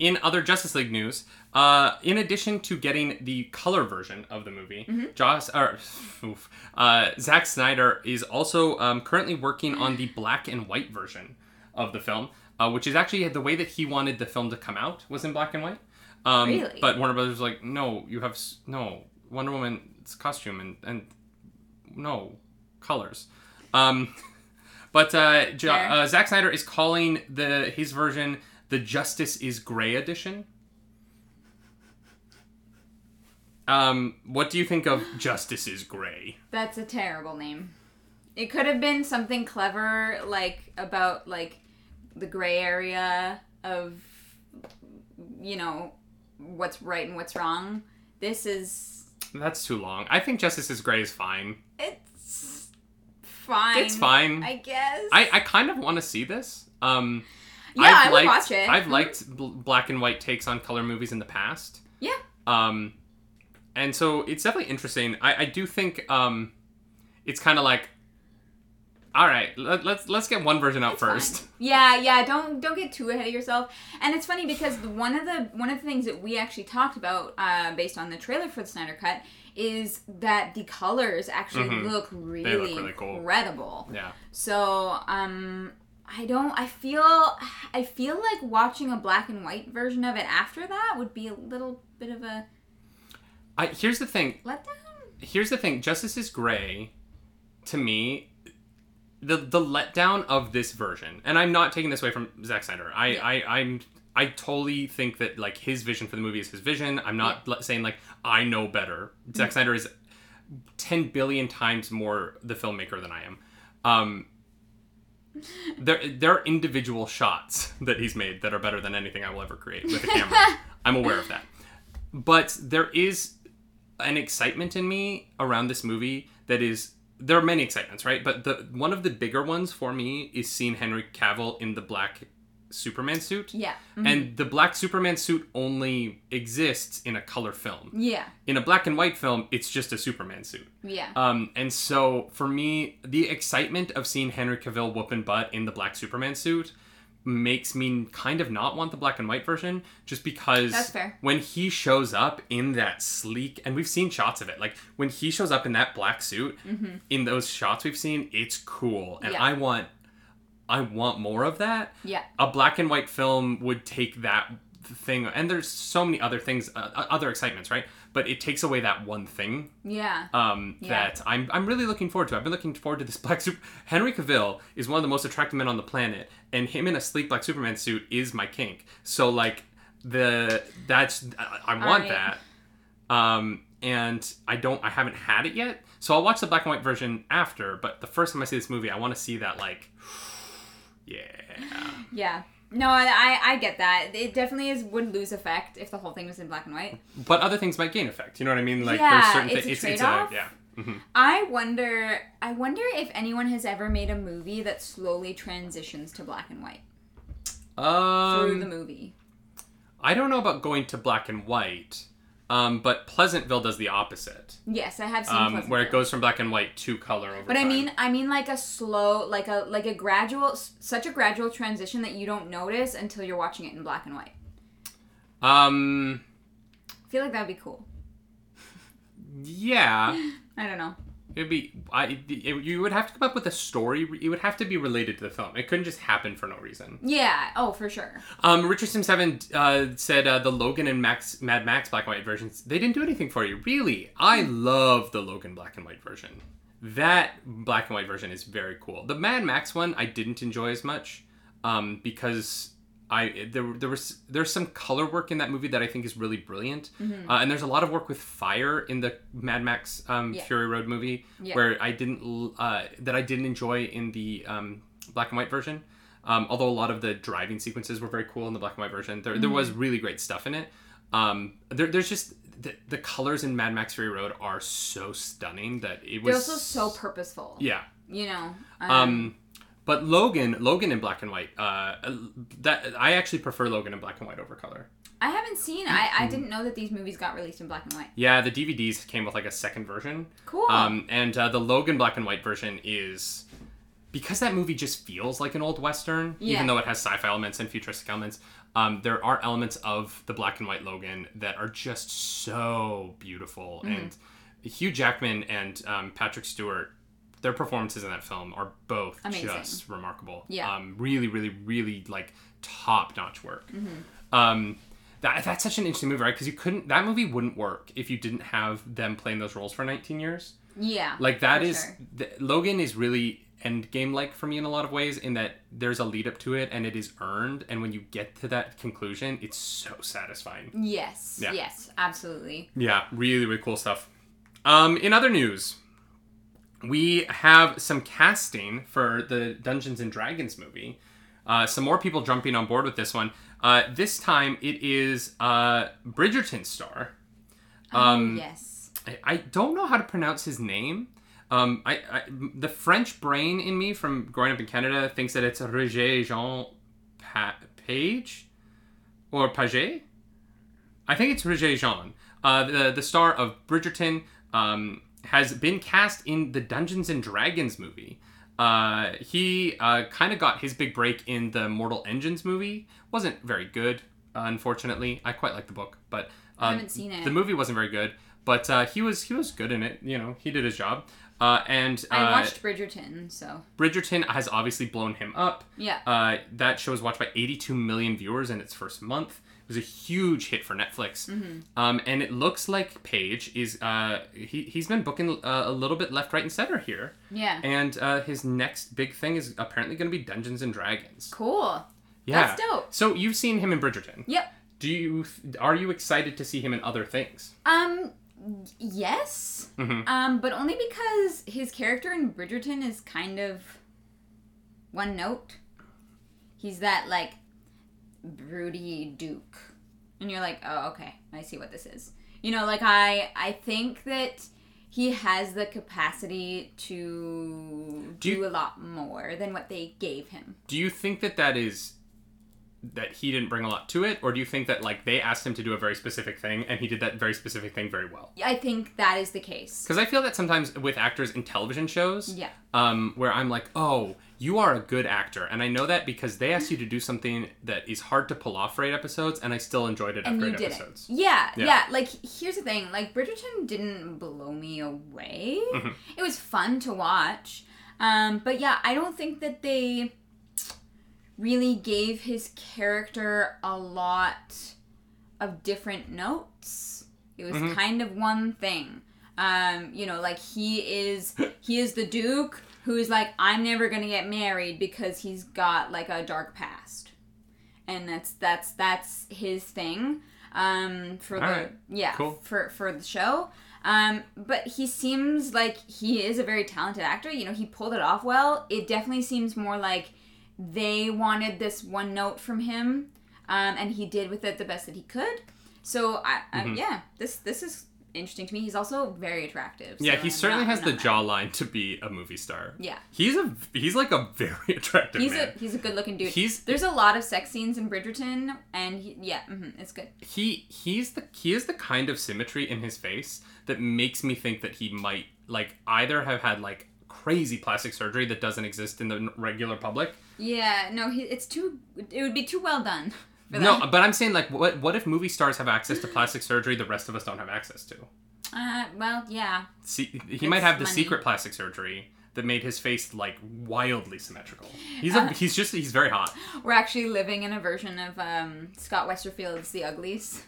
Speaker 1: In other Justice League news, uh, in addition to getting the color version of the movie, Joss or oof, uh, Zack Snyder is also um, currently working on the black and white version of the film, uh, which is actually the way that he wanted the film to come out was in black and white. Um,
Speaker 2: Really?
Speaker 1: But Warner Brothers was like, no, you have s- no Wonder Woman's costume and and no colors. Um, but uh, jo-
Speaker 2: Fair.
Speaker 1: uh, Zack Snyder is calling the his version the Justice is Gray edition. Um, what do you think of Justice is Gray?
Speaker 2: That's a terrible name. It could have been something clever, like about like the gray area of you know what's right and what's wrong. This is
Speaker 1: That's too long. I think Justice is Gray is fine.
Speaker 2: it's fine.
Speaker 1: It's fine.
Speaker 2: I guess.
Speaker 1: I, I kind of want to see this. Um,
Speaker 2: Yeah, I
Speaker 1: I've
Speaker 2: would
Speaker 1: liked,
Speaker 2: watch it.
Speaker 1: I've liked bl- black and white takes on color movies in the past.
Speaker 2: yeah.
Speaker 1: Um, and so it's definitely interesting. I, I do think um, it's kind of like, all right, let, let's let's get one version out first.
Speaker 2: Fine. Yeah, yeah. Don't don't get too ahead of yourself. And it's funny because the- one of the one of the things that we actually talked about uh, based on the trailer for the Snyder Cut is that the colors actually
Speaker 1: Mhm.
Speaker 2: look really,
Speaker 1: really cool.
Speaker 2: incredible.
Speaker 1: Yeah,
Speaker 2: So, um, I don't. I feel. I feel like watching a black and white version of it after that would be a little bit of a
Speaker 1: I, here's the thing.
Speaker 2: letdown.
Speaker 1: Here's the thing. Justice is Gray, to me, the the letdown of this version. And I'm not taking this away from Zack Snyder. I,
Speaker 2: Yeah.
Speaker 1: I I'm I totally think that like his vision for the movie is his vision. I'm not le- saying like I know better.
Speaker 2: Mm.
Speaker 1: Zack Snyder is 10 billion times more the filmmaker than I am. Um, there, there are individual shots that he's made that are better than anything I will ever create with a camera. I'm aware of that. But there is an excitement in me around this movie that is there are many excitements, right? But the one of the bigger ones for me is seeing Henry Cavill in the black Superman suit.
Speaker 2: Yeah. mhm.
Speaker 1: And the black Superman suit only exists in a color film.
Speaker 2: yeah.
Speaker 1: In a black and white film, it's just a Superman suit.
Speaker 2: Yeah.
Speaker 1: Um, and so for me, the excitement of seeing Henry Cavill whooping butt in the black Superman suit makes me kind of not want the black and white version just because
Speaker 2: That's fair.
Speaker 1: when he shows up in that sleek and we've seen shots of it like when he shows up in that black suit in those shots we've seen it's cool and
Speaker 2: Mm-hmm. Yeah.
Speaker 1: i want i want more of that
Speaker 2: yeah.
Speaker 1: a black and white film would take that thing and there's so many other things uh, uh, other excitements right but it takes away that one thing
Speaker 2: Yeah.
Speaker 1: um,
Speaker 2: Yeah.
Speaker 1: that I'm, I'm really looking forward to. I've been looking forward to this Black Super. Henry Cavill is one of the most attractive men on the planet, and him in a sleek Black Superman suit is my kink. So like the that's I, I want
Speaker 2: right.
Speaker 1: that, um, and I don't I haven't had it yet. So I'll watch the black and white version after. But the first time I see this movie, I want to see that like, yeah,
Speaker 2: Yeah. No, I, I I get that. It definitely is would lose effect if the whole thing was in black and white.
Speaker 1: but other things might gain effect. You know what I mean? Like
Speaker 2: Yeah,
Speaker 1: there's certain
Speaker 2: it's
Speaker 1: thi-
Speaker 2: a trade-off.
Speaker 1: yeah. Mhm.
Speaker 2: I wonder I wonder if anyone has ever made a movie that slowly transitions to black and white
Speaker 1: Um,
Speaker 2: through the movie.
Speaker 1: I don't know about going to black and white, um, but Pleasantville does the opposite,
Speaker 2: Yes, I have seen
Speaker 1: um, where it
Speaker 2: Mm, Pleasantville.
Speaker 1: goes from black and white to color over
Speaker 2: But I
Speaker 1: time.
Speaker 2: mean, I mean like a slow, like a like a gradual, s- such a gradual transition that you don't notice until you're watching it in black and white.
Speaker 1: um,
Speaker 2: I feel like that'd be cool.
Speaker 1: yeah,
Speaker 2: I don't know.
Speaker 1: it'd be. I it- you would have to come up with a story. It would have to be related to the film. It couldn't just happen for no reason.
Speaker 2: Yeah. Oh, for sure.
Speaker 1: Um, Richard Sim Seven uh, said uh, the Logan and Max Mad Max black and white versions. They didn't do anything for you, really. I love the Logan black and white version. That black and white version is very cool. The Mad Max one I didn't enjoy as much um, because I there there was there's some color work in that movie that I think is really brilliant, uh, and there's a lot of work with fire in the Mad Max um,
Speaker 2: Yeah.
Speaker 1: Fury Road movie
Speaker 2: Yeah.
Speaker 1: where I didn't l- uh, that I didn't enjoy in the um, black and white version. Um, although a lot of the driving sequences were very cool in the black and white version, there, there
Speaker 2: Mm-hmm.
Speaker 1: was really great stuff in it. Um, there, there's just the, the colors in Mad Max Fury Road are so stunning that it was
Speaker 2: They're also so purposeful.
Speaker 1: yeah
Speaker 2: You know. Um,
Speaker 1: um, but Logan, Logan in black and white. Uh, that I actually prefer Logan in black and white over color.
Speaker 2: I haven't seen. I
Speaker 1: Mm-hmm.
Speaker 2: I didn't know that these movies got released in black and white.
Speaker 1: Yeah, the DVDs came with like a second version.
Speaker 2: Cool.
Speaker 1: Um, and uh, the Logan black and white version is because that movie just feels like an old western,
Speaker 2: Yeah.
Speaker 1: even though it has sci-fi elements and futuristic elements. Um, there are elements of the black and white Logan that are just so beautiful,
Speaker 2: Mm-hmm.
Speaker 1: and Hugh Jackman and um, Patrick Stewart, their performances in that film are both
Speaker 2: Amazing.
Speaker 1: just remarkable.
Speaker 2: Yeah.
Speaker 1: Um, really, really, really like top-notch work.
Speaker 2: Mm-hmm.
Speaker 1: Um, that, that's such an interesting movie, right? Because you couldn't that movie wouldn't work if you didn't have them playing those roles for 19 years.
Speaker 2: yeah.
Speaker 1: Like that
Speaker 2: for
Speaker 1: is
Speaker 2: sure.
Speaker 1: th- Logan is really end game like for me in a lot of ways in that there's a lead up to it and it is earned and when you get to that conclusion it's so satisfying.
Speaker 2: Yes.
Speaker 1: Yeah.
Speaker 2: Yes. Absolutely.
Speaker 1: Yeah, really really cool stuff. Um in other news, we have some casting for the Dungeons and Dragons movie. Uh, some more people jumping on board with this one. Uh, this time it is uh, Bridgerton star
Speaker 2: Um. yes.
Speaker 1: I, I don't know how to pronounce his name. Um, I, I the French brain in me from growing up in Canada thinks that it's Roger Jean pa- Page or Page. I think it's Roger Jean, uh, the the star of Bridgerton, um, has been cast in the Dungeons and Dragons movie. Uh, he uh, kind of got his big break in the Mortal Engines movie. wasn't very good, uh, unfortunately. I quite like the book, but um,
Speaker 2: haven't seen it.
Speaker 1: The movie wasn't very good, but uh, he was he was good in it. You know, he did his job. Uh, and uh,
Speaker 2: I watched Bridgerton, so
Speaker 1: Bridgerton has obviously blown him up.
Speaker 2: yeah.
Speaker 1: Uh, that show was watched by 82 million viewers in its first month. It was a huge hit for Netflix.
Speaker 2: Mm-hmm.
Speaker 1: Um, and it looks like Paige is uh, he he's been booking uh, a little bit left, right, and center here.
Speaker 2: yeah.
Speaker 1: And uh, his next big thing is apparently going to be Dungeons and Dragons.
Speaker 2: cool.
Speaker 1: Yeah,
Speaker 2: That's dope.
Speaker 1: So you've seen him in Bridgerton.
Speaker 2: Yep.
Speaker 1: Do you are you excited to see him in other things?
Speaker 2: Um, yes.
Speaker 1: Mhm.
Speaker 2: Um, but only because his character in Bridgerton is kind of one note. He's that like broody duke, and you're like, oh, okay, I see what this is. You know, like I, I think that he has the capacity to
Speaker 1: Do
Speaker 2: do,
Speaker 1: you-
Speaker 2: a lot more than what they gave him.
Speaker 1: Do you think that that is that he didn't bring a lot to it, or do you think that like they asked him to do a very specific thing and he did that very specific thing very well?
Speaker 2: I think that is the case.
Speaker 1: Because I feel that sometimes with actors in television shows,
Speaker 2: Yeah.
Speaker 1: um, where I'm like, oh, you are a good actor, and I know that because they asked you to do something that is hard to pull off for eight episodes, and I still enjoyed it
Speaker 2: And
Speaker 1: after
Speaker 2: you
Speaker 1: eight
Speaker 2: did
Speaker 1: episodes.
Speaker 2: it. Yeah,
Speaker 1: Yeah.
Speaker 2: yeah, Like here's the thing, like Bridgerton didn't blow me away.
Speaker 1: Mm-hmm.
Speaker 2: It was fun to watch. Um, but yeah, I don't think that they really gave his character a lot of different notes. It was
Speaker 1: Mhm.
Speaker 2: kind of one thing. Um, you know, like he is he is the duke who's like I'm never going to get married because he's got like a dark past. And that's that's that's his thing. Um for
Speaker 1: All
Speaker 2: the
Speaker 1: right.
Speaker 2: yeah,
Speaker 1: Cool.
Speaker 2: for for the show. Um but he seems like he is a very talented actor. You know, he pulled it off well. It definitely seems more like they wanted this one note from him, um, and he did with it the best that he could. So I, I
Speaker 1: Mhm.
Speaker 2: yeah, this this is interesting to me. He's also very attractive.
Speaker 1: Yeah,
Speaker 2: so
Speaker 1: he
Speaker 2: I'm
Speaker 1: certainly
Speaker 2: not-
Speaker 1: has
Speaker 2: I'm
Speaker 1: the
Speaker 2: not mad.
Speaker 1: jawline to be a movie star.
Speaker 2: Yeah.
Speaker 1: He's a he's like a very attractive
Speaker 2: He's
Speaker 1: man.
Speaker 2: a he's a good looking dude.
Speaker 1: He's-
Speaker 2: There's a lot of sex scenes in Bridgerton, and he, yeah, hmm it's good.
Speaker 1: he he's the he is the kind of symmetry in his face that makes me think that he might like either have had like crazy plastic surgery that doesn't exist in the n- regular public.
Speaker 2: Yeah, no, he, it's too. It would be too well done. For
Speaker 1: No,
Speaker 2: that.
Speaker 1: but I'm saying like what what if movie stars have access to plastic surgery the rest of us don't have access to?
Speaker 2: Uh, well, yeah,
Speaker 1: See, he might have the
Speaker 2: money.
Speaker 1: secret plastic surgery that made his face like wildly symmetrical. He's
Speaker 2: Uh,
Speaker 1: a, he's just he's very hot.
Speaker 2: we're actually living in a version of um, Scott Westerfield's The Uglies.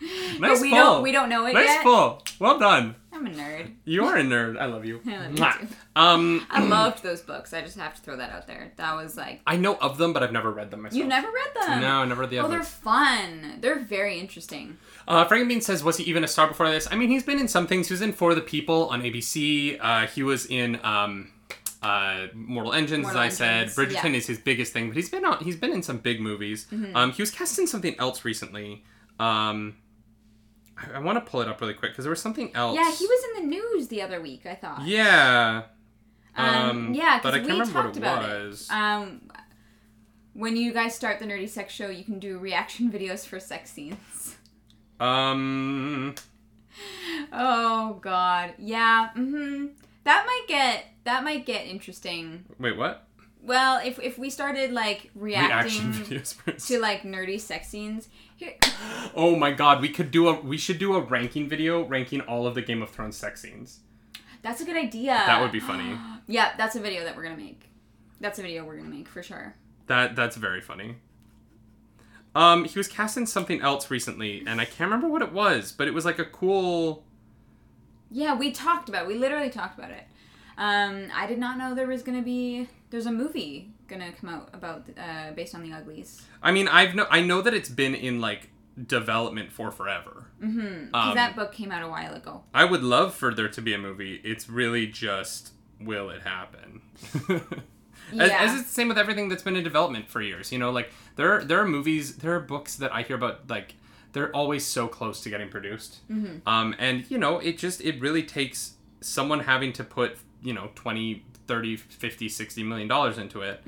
Speaker 1: Nice
Speaker 2: but we
Speaker 1: fall.
Speaker 2: don't we don't know it
Speaker 1: nice
Speaker 2: yet.
Speaker 1: fall. Well done.
Speaker 2: I'm a nerd.
Speaker 1: You are a nerd. I love you.
Speaker 2: I love you
Speaker 1: Mwah.
Speaker 2: too.
Speaker 1: um
Speaker 2: I loved those books. I just have to throw that out there. That was like
Speaker 1: I know of them but I've never read them myself.
Speaker 2: you've never read them.
Speaker 1: No, never the
Speaker 2: Oh, they're
Speaker 1: others.
Speaker 2: fun. They're very interesting.
Speaker 1: Uh, Frankenbean says, was he even a star before this? I mean, he's been in some things. He was in For the People on ABC. Uh, he was in um, uh, Mortal Engines,
Speaker 2: Mortal
Speaker 1: as I
Speaker 2: Engines,
Speaker 1: said. Bridgerton
Speaker 2: yeah. Mm-hmm.
Speaker 1: is his biggest thing, but he's been on. He's been in some big movies. Um, he was cast in something else recently. Um, I, I want to pull it up really quick because there was something else.
Speaker 2: Yeah, he was in the news the other week. I thought.
Speaker 1: Yeah.
Speaker 2: Um, yeah,
Speaker 1: but I
Speaker 2: 'cause
Speaker 1: can't
Speaker 2: we
Speaker 1: remember what
Speaker 2: talked
Speaker 1: it
Speaker 2: about it.
Speaker 1: was.
Speaker 2: Um, when you guys start the Nerdy Sex Show, you can do reaction videos for sex scenes.
Speaker 1: um,
Speaker 2: Oh God. Yeah. Mm-hmm. That might get that might get interesting.
Speaker 1: wait, what?
Speaker 2: Well, if if we started like reacting
Speaker 1: Reaction videos.
Speaker 2: to like nerdy sex scenes, here
Speaker 1: Oh my god, we could do a we should do a ranking video ranking all of the Game of Thrones sex scenes.
Speaker 2: that's a good idea.
Speaker 1: That would be funny.
Speaker 2: Yeah, that's a video that we're gonna make. That's a video we're gonna make for sure.
Speaker 1: that that's very funny. Um he was cast in something else recently and I can't remember what it was, but it was like a cool
Speaker 2: Yeah, we talked about. It. We literally talked about it. Um, I did not know there was gonna be. There's a movie gonna come out about uh, based on the Uglies.
Speaker 1: I mean, I've no I know that it's been in like development for forever.
Speaker 2: Mm-hmm.
Speaker 1: Um,
Speaker 2: that book came out a while ago.
Speaker 1: I would love for there to be a movie. It's really just will it happen? As,
Speaker 2: Yeah.
Speaker 1: as it's the same with everything that's been in development for years, you know, like there are, there are movies, there are books that I hear about, like they're always so close to getting produced. Um, and you know, it just it really takes someone having to put you know 20 30 50 60 million dollars into it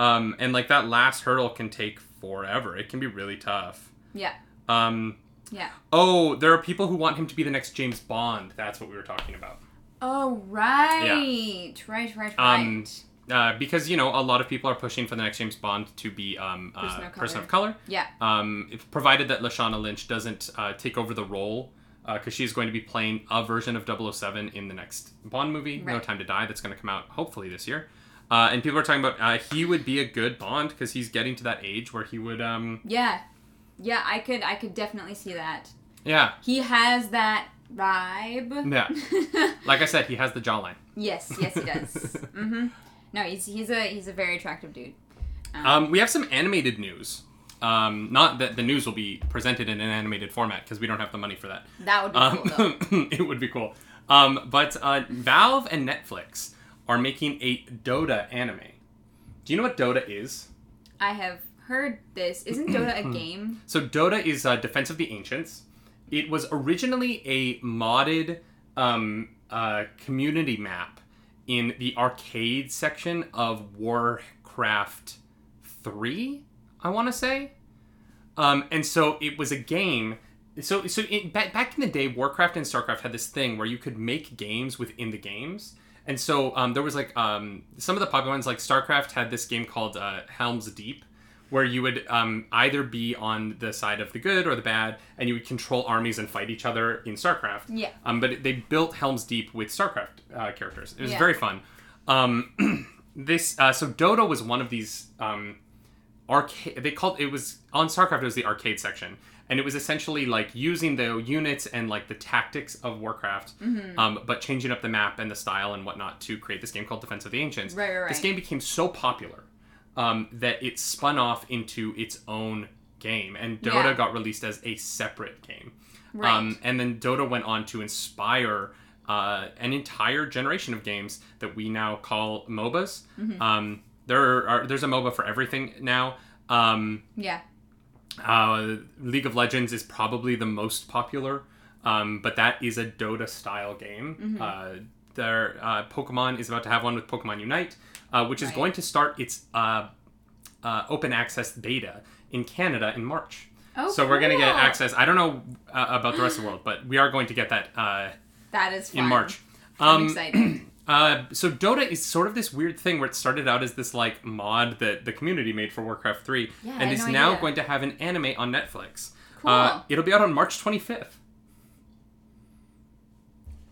Speaker 1: um, and like that last hurdle can take forever it can be really tough
Speaker 2: Yeah,
Speaker 1: um,
Speaker 2: yeah.
Speaker 1: oh there are people who want him to be the next james bond that's what we were talking about
Speaker 2: Oh right, right, right, right.
Speaker 1: Um, uh, because you know a lot of people are pushing for the next james bond to be um, uh,
Speaker 2: Person of
Speaker 1: person of color
Speaker 2: yeah,
Speaker 1: um, if, provided that Lashana Lynch doesn't uh, take over the role, because she she's going to be playing a version of 007 in the next Bond movie, No
Speaker 2: Right.
Speaker 1: Time to Die, that's going to come out hopefully this year. Uh, and people are talking about uh, he would be a good Bond because he's getting to that age where he would, um,
Speaker 2: yeah, yeah. I could, I could definitely see that.
Speaker 1: yeah,
Speaker 2: He has that vibe.
Speaker 1: yeah. like I said, he has the jawline.
Speaker 2: yes, yes, he does. mm-hmm. No, he's he's a he's a very attractive dude.
Speaker 1: Um, we have some animated news. Um, not that the news will be presented in an animated format because we don't have the money for that.
Speaker 2: That would be cool though.
Speaker 1: Um, it would be cool. Um, but uh, Valve and Netflix are making a Dota anime. Do you know what Dota is?
Speaker 2: I have heard this. Isn't Dota a game?
Speaker 1: So Dota is uh, Defense of the Ancients, it was originally a modded um, uh, community map in the arcade section of Warcraft 3, I want to say. Um, and so it was a game. So so it, back, back in the day, Warcraft and Starcraft had this thing where you could make games within the games. And so um, there was like um, some of the popular ones, like Starcraft had this game called uh, Helm's Deep, where you would um, either be on the side of the good or the bad, and you would control armies and fight each other in Starcraft.
Speaker 2: Yeah.
Speaker 1: Um, but they built Helm's Deep with Starcraft uh, characters. It was
Speaker 2: Yeah.
Speaker 1: very fun. Um, this uh, so Dota was one of these um, arcade they called it was on starcraft it was the arcade section and it was essentially like using the units and like the tactics of warcraft
Speaker 2: Mm-hmm.
Speaker 1: um, but changing up the map and the style and whatnot to create this game called defense of the ancients
Speaker 2: Right, right,
Speaker 1: this
Speaker 2: right.
Speaker 1: game became so popular um, that it spun off into its own game and dota
Speaker 2: Yeah.
Speaker 1: got released as a separate game
Speaker 2: Right.
Speaker 1: um, and then Dota went on to inspire uh, an entire generation of games that we now call MOBAs.
Speaker 2: Mm-hmm.
Speaker 1: Um, there are there's a MOBA for everything now. Um,
Speaker 2: yeah.
Speaker 1: uh, League of Legends is probably the most popular, um, but that is a Dota style game.
Speaker 2: Mm-hmm.
Speaker 1: Uh, their uh, Pokemon is about to have one with Pokemon Unite, uh, which is
Speaker 2: Right.
Speaker 1: going to start its uh, uh, open access beta in Canada in March.
Speaker 2: Oh,
Speaker 1: so we're going to get
Speaker 2: cool.
Speaker 1: access. I don't know uh, about the rest of the world, but we are going to get that uh,
Speaker 2: That is fun.
Speaker 1: in March.
Speaker 2: I'm
Speaker 1: Um,
Speaker 2: excited.
Speaker 1: uh, so Dota is sort of this weird thing where it started out as this like mod that the community made for Warcraft 3
Speaker 2: Yeah, I
Speaker 1: and
Speaker 2: had
Speaker 1: is
Speaker 2: no
Speaker 1: now
Speaker 2: idea.
Speaker 1: going to have an anime on Netflix.
Speaker 2: Cool.
Speaker 1: Uh, it'll be out on March 25th.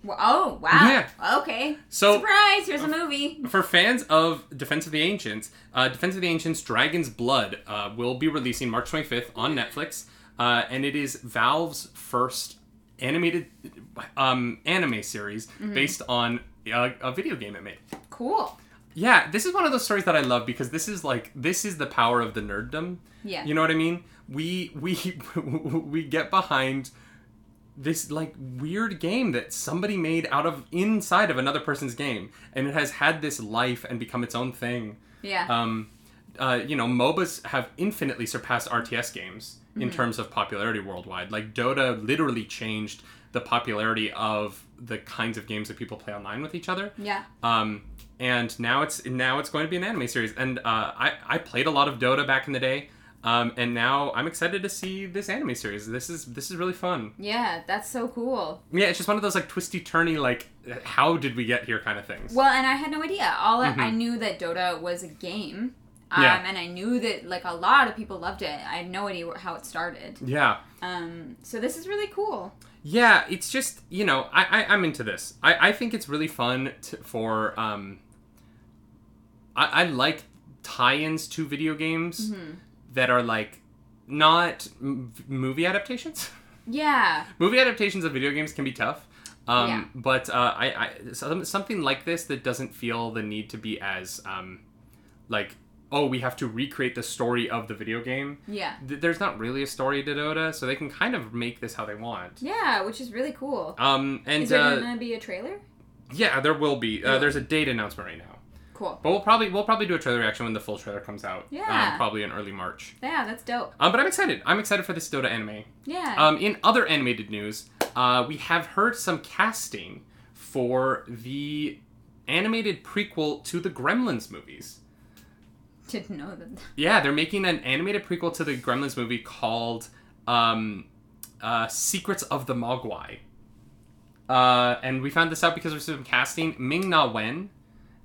Speaker 2: Well, oh wow.
Speaker 1: Yeah.
Speaker 2: Okay.
Speaker 1: So- um,
Speaker 2: surprise! Here's a movie.
Speaker 1: For fans of Defense of the Ancients, uh, Defense of the Ancients Dragon's Blood uh, will be releasing March 25th on Netflix, uh, and it is Valve's first animated um, anime series based on a, a video game it made.
Speaker 2: Cool.
Speaker 1: Yeah, this is one of those stories that I love because this is like this is the power of the nerddom.
Speaker 2: Yeah.
Speaker 1: You know what I mean? We we we get behind this like weird game that somebody made out of inside of another person's game and it has had this life and become its own thing.
Speaker 2: Yeah.
Speaker 1: Um uh, you know, MOBAs have infinitely surpassed RTS games in terms of popularity worldwide. Like Dota literally changed the popularity of the kinds of games that people play online with each other.
Speaker 2: yeah.
Speaker 1: Um, and now it's now it's going to be an anime series. And uh, I I played a lot of Dota back in the day. Um, and now I'm excited to see this anime series. This is this is really fun.
Speaker 2: Yeah. That's so cool.
Speaker 1: Yeah, it's just one of those like twisty turny like how did we get here kind of things.
Speaker 2: Well, and I had no idea. All I I knew that Dota was a game. Um,
Speaker 1: Mm-hmm. Yeah.
Speaker 2: And I knew that like a lot of people loved it. I had no idea wh- how it started.
Speaker 1: yeah.
Speaker 2: Um, so this is really cool.
Speaker 1: Yeah, it's just you know I, I I'm into this. I I think it's really fun to, for um. I, I like tie-ins to video games that are like not m- movie adaptations.
Speaker 2: Yeah.
Speaker 1: movie adaptations of video games can be tough. Um,
Speaker 2: Yeah.
Speaker 1: But uh, I, I some- something like this that doesn't feel the need to be as um, like oh we have to recreate the story of the video game.
Speaker 2: Yeah.
Speaker 1: Th- There's not really a story to Dota, so they can kind of make this how they want.
Speaker 2: Yeah, which is really cool.
Speaker 1: Um, and
Speaker 2: Is there
Speaker 1: uh,
Speaker 2: gonna be a trailer?
Speaker 1: yeah, there will be. Uh,
Speaker 2: Yeah.
Speaker 1: there's a date announcement right now,
Speaker 2: Cool.
Speaker 1: but we'll probably we'll probably do a trailer reaction when the full trailer comes out.
Speaker 2: Yeah.
Speaker 1: um, probably in early March.
Speaker 2: Yeah, that's dope.
Speaker 1: Um, but I'm excited. I'm excited for this Dota anime.
Speaker 2: Yeah.
Speaker 1: Um, in other animated news, uh, we have heard some casting for the animated prequel to the Gremlins movies.
Speaker 2: Didn't know that.
Speaker 1: Yeah, they're making an animated prequel to the Gremlins movie called um, uh, Secrets of the Mogwai. Uh, and we found this out because we some casting. Ming Na Wen,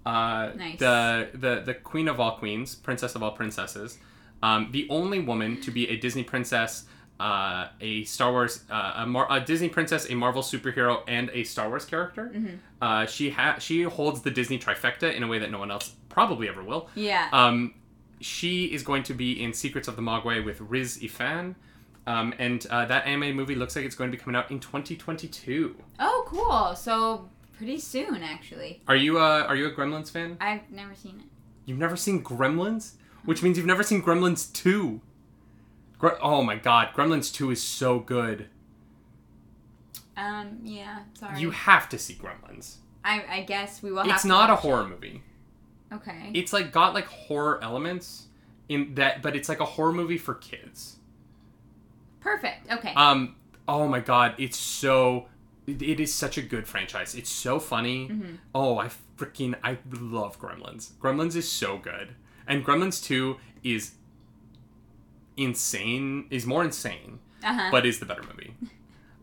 Speaker 1: uh,
Speaker 2: Nice.
Speaker 1: the, the, the queen of all queens, princess of all princesses, um, the only woman to be a Disney princess, uh, a Star Wars, uh, a, Mar- a Disney princess, a Marvel superhero, and a Star Wars character. Uh, she, ha- she holds the Disney trifecta in a way that no one else probably ever will.
Speaker 2: Yeah.
Speaker 1: Um, she is going to be in Secrets of the Mogwai with Riz Ifan. Um, and uh, that anime movie looks like it's going to be coming out in 2022.
Speaker 2: oh, cool. So pretty soon, actually.
Speaker 1: Are you a, are you a Gremlins fan?
Speaker 2: I've never seen it.
Speaker 1: You've never seen Gremlins, which means you've never seen Gremlins 2. Gre- oh my god, Gremlins 2 is so good.
Speaker 2: Um. Yeah. Sorry.
Speaker 1: You have to see Gremlins.
Speaker 2: I. I guess we will. have
Speaker 1: It's
Speaker 2: to
Speaker 1: not a
Speaker 2: watch it.
Speaker 1: horror movie.
Speaker 2: Okay.
Speaker 1: It's like got like horror elements in that but it's like a horror movie for kids.
Speaker 2: Perfect. Okay.
Speaker 1: Um, oh my god, it's so. It it is such a good franchise. It's so funny.
Speaker 2: Mm-hmm.
Speaker 1: Oh, I freaking I love Gremlins. Gremlins is so good, and Gremlins Two is insane. Is more insane,
Speaker 2: Uh-huh.
Speaker 1: but is the better movie.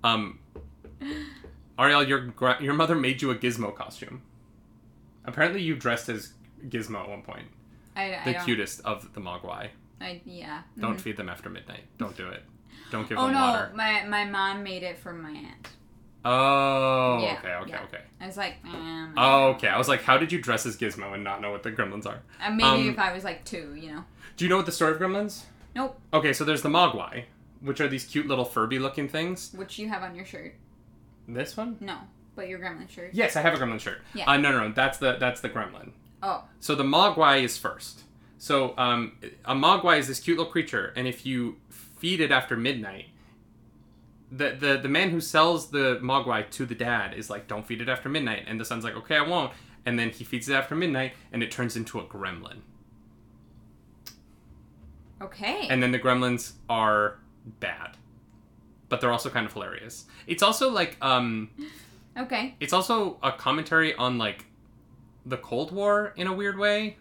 Speaker 1: Um, Ariel, your gra- your mother made you a Gizmo costume. Apparently, you dressed as Gizmo at one point.
Speaker 2: I, I
Speaker 1: The
Speaker 2: don't,
Speaker 1: cutest of the Mogwai.
Speaker 2: I, yeah.
Speaker 1: Don't
Speaker 2: mhm.
Speaker 1: feed them after midnight. Don't do it. Don't give
Speaker 2: Oh
Speaker 1: them
Speaker 2: no,
Speaker 1: water.
Speaker 2: my my mom made it for my aunt.
Speaker 1: Oh,
Speaker 2: Yeah,
Speaker 1: okay, okay,
Speaker 2: yeah.
Speaker 1: okay.
Speaker 2: I was like, um,
Speaker 1: Oh, okay. I was like, how did you dress as Gizmo and not know what the gremlins are?
Speaker 2: uh, maybe
Speaker 1: um,
Speaker 2: if I was like two, you know.
Speaker 1: Do you know what the story of gremlins?
Speaker 2: Nope,
Speaker 1: Okay, so there's the Mogwai, which are these cute little Furby looking things.
Speaker 2: which you have on your shirt.
Speaker 1: This one?
Speaker 2: No, but your gremlin shirt.
Speaker 1: Yes, I have a gremlin shirt.
Speaker 2: Yeah.
Speaker 1: Uh, no, no, no. That's the, that's the gremlin.
Speaker 2: Oh,
Speaker 1: So the Mogwai is first. So um, a Mogwai is this cute little creature, and if you feed it after midnight, the, the the man who sells the Mogwai to the dad is like, "Don't feed it after midnight," and the son's like, "Okay, I won't." And then he feeds it after midnight, and it turns into a gremlin.
Speaker 2: okay.
Speaker 1: And then the gremlins are bad, but they're also kind of hilarious. It's also like um,
Speaker 2: okay.
Speaker 1: it's also a commentary on like the Cold War in a weird way,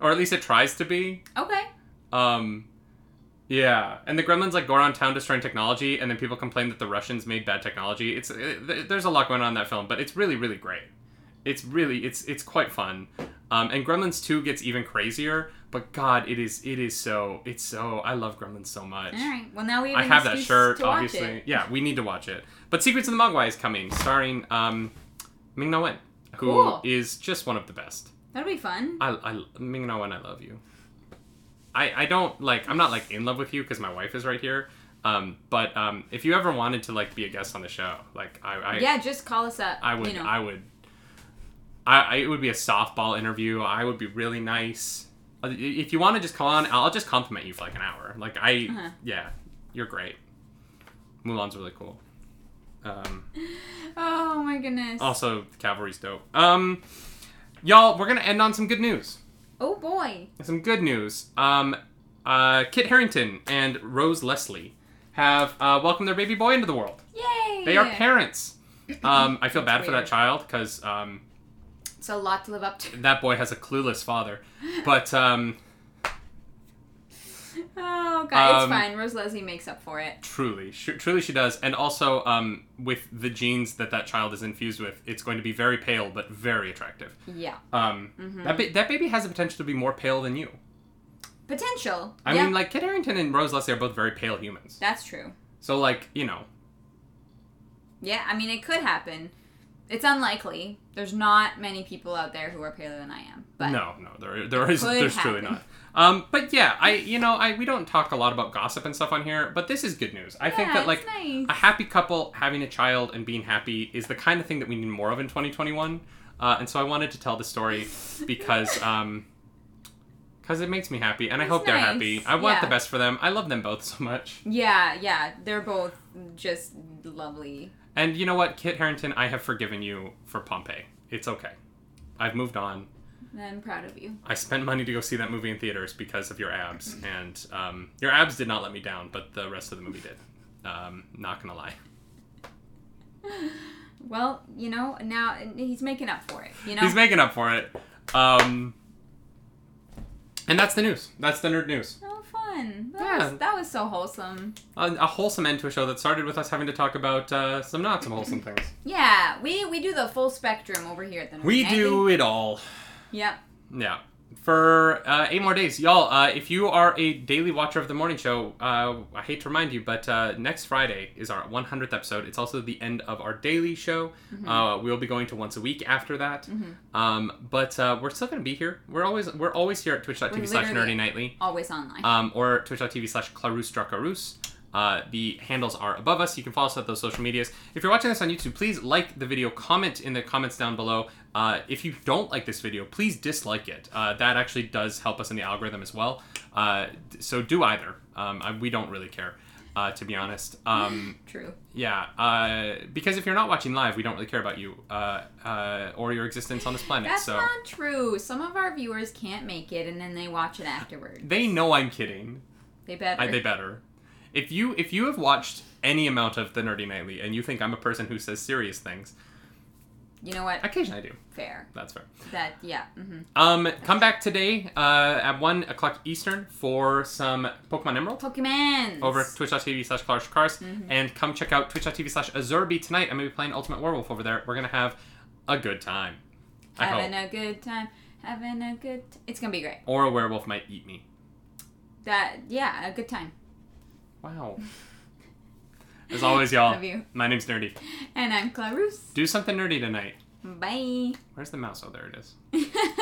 Speaker 1: or at least it tries to be.
Speaker 2: Okay.
Speaker 1: Um, yeah, and the Gremlins like go around town destroying technology, and then people complain that the Russians made bad technology. It's it, th- there's a lot going on in that film, but it's really really great. It's really it's it's quite fun. Um, and Gremlins Two gets even crazier, but God, it is it is so it's so I love Gremlins so much.
Speaker 2: All right. Well, now we have
Speaker 1: I
Speaker 2: an
Speaker 1: have that
Speaker 2: excuse
Speaker 1: shirt,
Speaker 2: to watch
Speaker 1: obviously.
Speaker 2: it.
Speaker 1: Yeah, we need to watch it. But Secrets of the Mogwai is coming, starring um, Ming Na Wen, who is
Speaker 2: Cool.
Speaker 1: just one of the best.
Speaker 2: That'll be fun.
Speaker 1: I, I Ming Na Wen, I love you. I, I don't like I'm not like in love with you because my wife is right here. Um, but um, if you ever wanted to like be a guest on the show, like I I,
Speaker 2: yeah, just call us up.
Speaker 1: I would
Speaker 2: You know.
Speaker 1: I would I, I it would be a softball interview. I would be really nice. Uh, i- If you want to just call on, I'll just compliment you for like an hour. Like I
Speaker 2: Uh-huh.
Speaker 1: yeah, you're great. Mulan's really cool. Um,
Speaker 2: oh my goodness.
Speaker 1: also, the cavalry's dope. Um, y'all, we're gonna end on some good news.
Speaker 2: Oh boy.
Speaker 1: some good news. Um, uh, Kit Harrington and Rose Leslie have uh, welcomed their baby boy into the world.
Speaker 2: Yay.
Speaker 1: They are parents. Um, I feel bad for that
Speaker 2: weird.
Speaker 1: child because um,
Speaker 2: It's a lot to live up to.
Speaker 1: that boy has a clueless father. But um,
Speaker 2: Oh god,
Speaker 1: Um,
Speaker 2: it's fine. Rose Leslie makes up for it.
Speaker 1: truly, sh- truly, she does. And also, um, with the genes that that child is infused with, it's going to be very pale but very attractive.
Speaker 2: Yeah.
Speaker 1: Um,
Speaker 2: Mm-hmm.
Speaker 1: that, ba- that baby has the potential to be more pale than you.
Speaker 2: Potential.
Speaker 1: I
Speaker 2: yeah.
Speaker 1: mean, like Kit Harrington and Rose Leslie are both very pale humans.
Speaker 2: That's true.
Speaker 1: So, like, you know,
Speaker 2: Yeah, I mean, it could happen. It's unlikely. There's not many people out there who are paler than I am. But
Speaker 1: no, no, there there is
Speaker 2: could
Speaker 1: there's truly
Speaker 2: happen.
Speaker 1: not. Um, but yeah, I you know I we don't talk a lot about gossip and stuff on here, but this is good news. I think
Speaker 2: Yeah,
Speaker 1: that
Speaker 2: it's
Speaker 1: like
Speaker 2: nice.
Speaker 1: a happy couple having a child and being happy is the kind of thing that we need more of in 2021. Uh, and so I wanted to tell the story because um, because it makes me happy, and I
Speaker 2: It's
Speaker 1: hope they're
Speaker 2: nice.
Speaker 1: happy. I want the
Speaker 2: Yeah.
Speaker 1: best for them. I love them both so much.
Speaker 2: yeah, yeah, they're both just lovely.
Speaker 1: And you know what, Kit Harrington, I have forgiven you for Pompeii. It's okay. I've moved on.
Speaker 2: And I'm proud of you.
Speaker 1: I spent money to go see that movie in theaters because of your abs, and um, your abs did not let me down, but the rest of the movie did. Um, not gonna lie.
Speaker 2: Well, you know, now he's making up for it. You know,
Speaker 1: He's making up for it. Um, and that's the news. That's the nerd news.
Speaker 2: oh fun. That,
Speaker 1: Yeah.
Speaker 2: was, that was so wholesome.
Speaker 1: A, a wholesome end to a show that started with us having to talk about uh, some not so wholesome things.
Speaker 2: Yeah, we we do the full spectrum over here at the.
Speaker 1: We
Speaker 2: Nerdy
Speaker 1: do
Speaker 2: Nanny.
Speaker 1: it all.
Speaker 2: Yep.
Speaker 1: Yeah. For uh, eight more days, y'all. Uh, if you are a daily watcher of the morning show, uh, I hate to remind you, but uh, next Friday is our 100th episode. It's also the end of our daily show. Uh, we'll be going to once a week after that. Um, but uh, we're still going to be here. We're always we're always here at twitch.tv slash nerdy
Speaker 2: literally-
Speaker 1: nightly
Speaker 2: Always online.
Speaker 1: um, or twitch.tv slash clarusdracarus. Uh, the handles are above us. You can follow us at those social medias. If you're watching this on YouTube, please like the video, comment in the comments down below. Uh, if you don't like this video, please dislike it. Uh, that actually does help us in the algorithm as well. Uh, d- so do either. Um, I, we don't really care, uh, to be honest. Um,
Speaker 2: True.
Speaker 1: yeah, uh, because if you're not watching live, we don't really care about you uh, uh, or your existence on this planet.
Speaker 2: That's
Speaker 1: so
Speaker 2: not true. Some of our viewers can't make it, and then they watch it afterward.
Speaker 1: they know I'm kidding.
Speaker 2: They better.
Speaker 1: I, they better. If you if you have watched any amount of the Nerdy Nightly and you think I'm a person who says serious things,
Speaker 2: You know what?
Speaker 1: occasionally I do.
Speaker 2: Fair.
Speaker 1: That's fair.
Speaker 2: That yeah. hmm
Speaker 1: Um, come back today uh, at one o'clock Eastern for some Pokemon Emerald.
Speaker 2: Pokemon.
Speaker 1: over at twitch.tv slash Clash Cars. And come check out twitch.tv slash Azurby tonight. I'm going to be playing Ultimate Werewolf over there. We're going to have a good time. I hope.
Speaker 2: Having a good time. Having a good. T- it's gonna be great.
Speaker 1: or a werewolf might eat me.
Speaker 2: That yeah, a good time.
Speaker 1: Wow. As always, y'all,
Speaker 2: Love you.
Speaker 1: my name's Nerdy.
Speaker 2: And I'm Clarus.
Speaker 1: Do something nerdy tonight.
Speaker 2: Bye.
Speaker 1: Where's the mouse? Oh, there it is.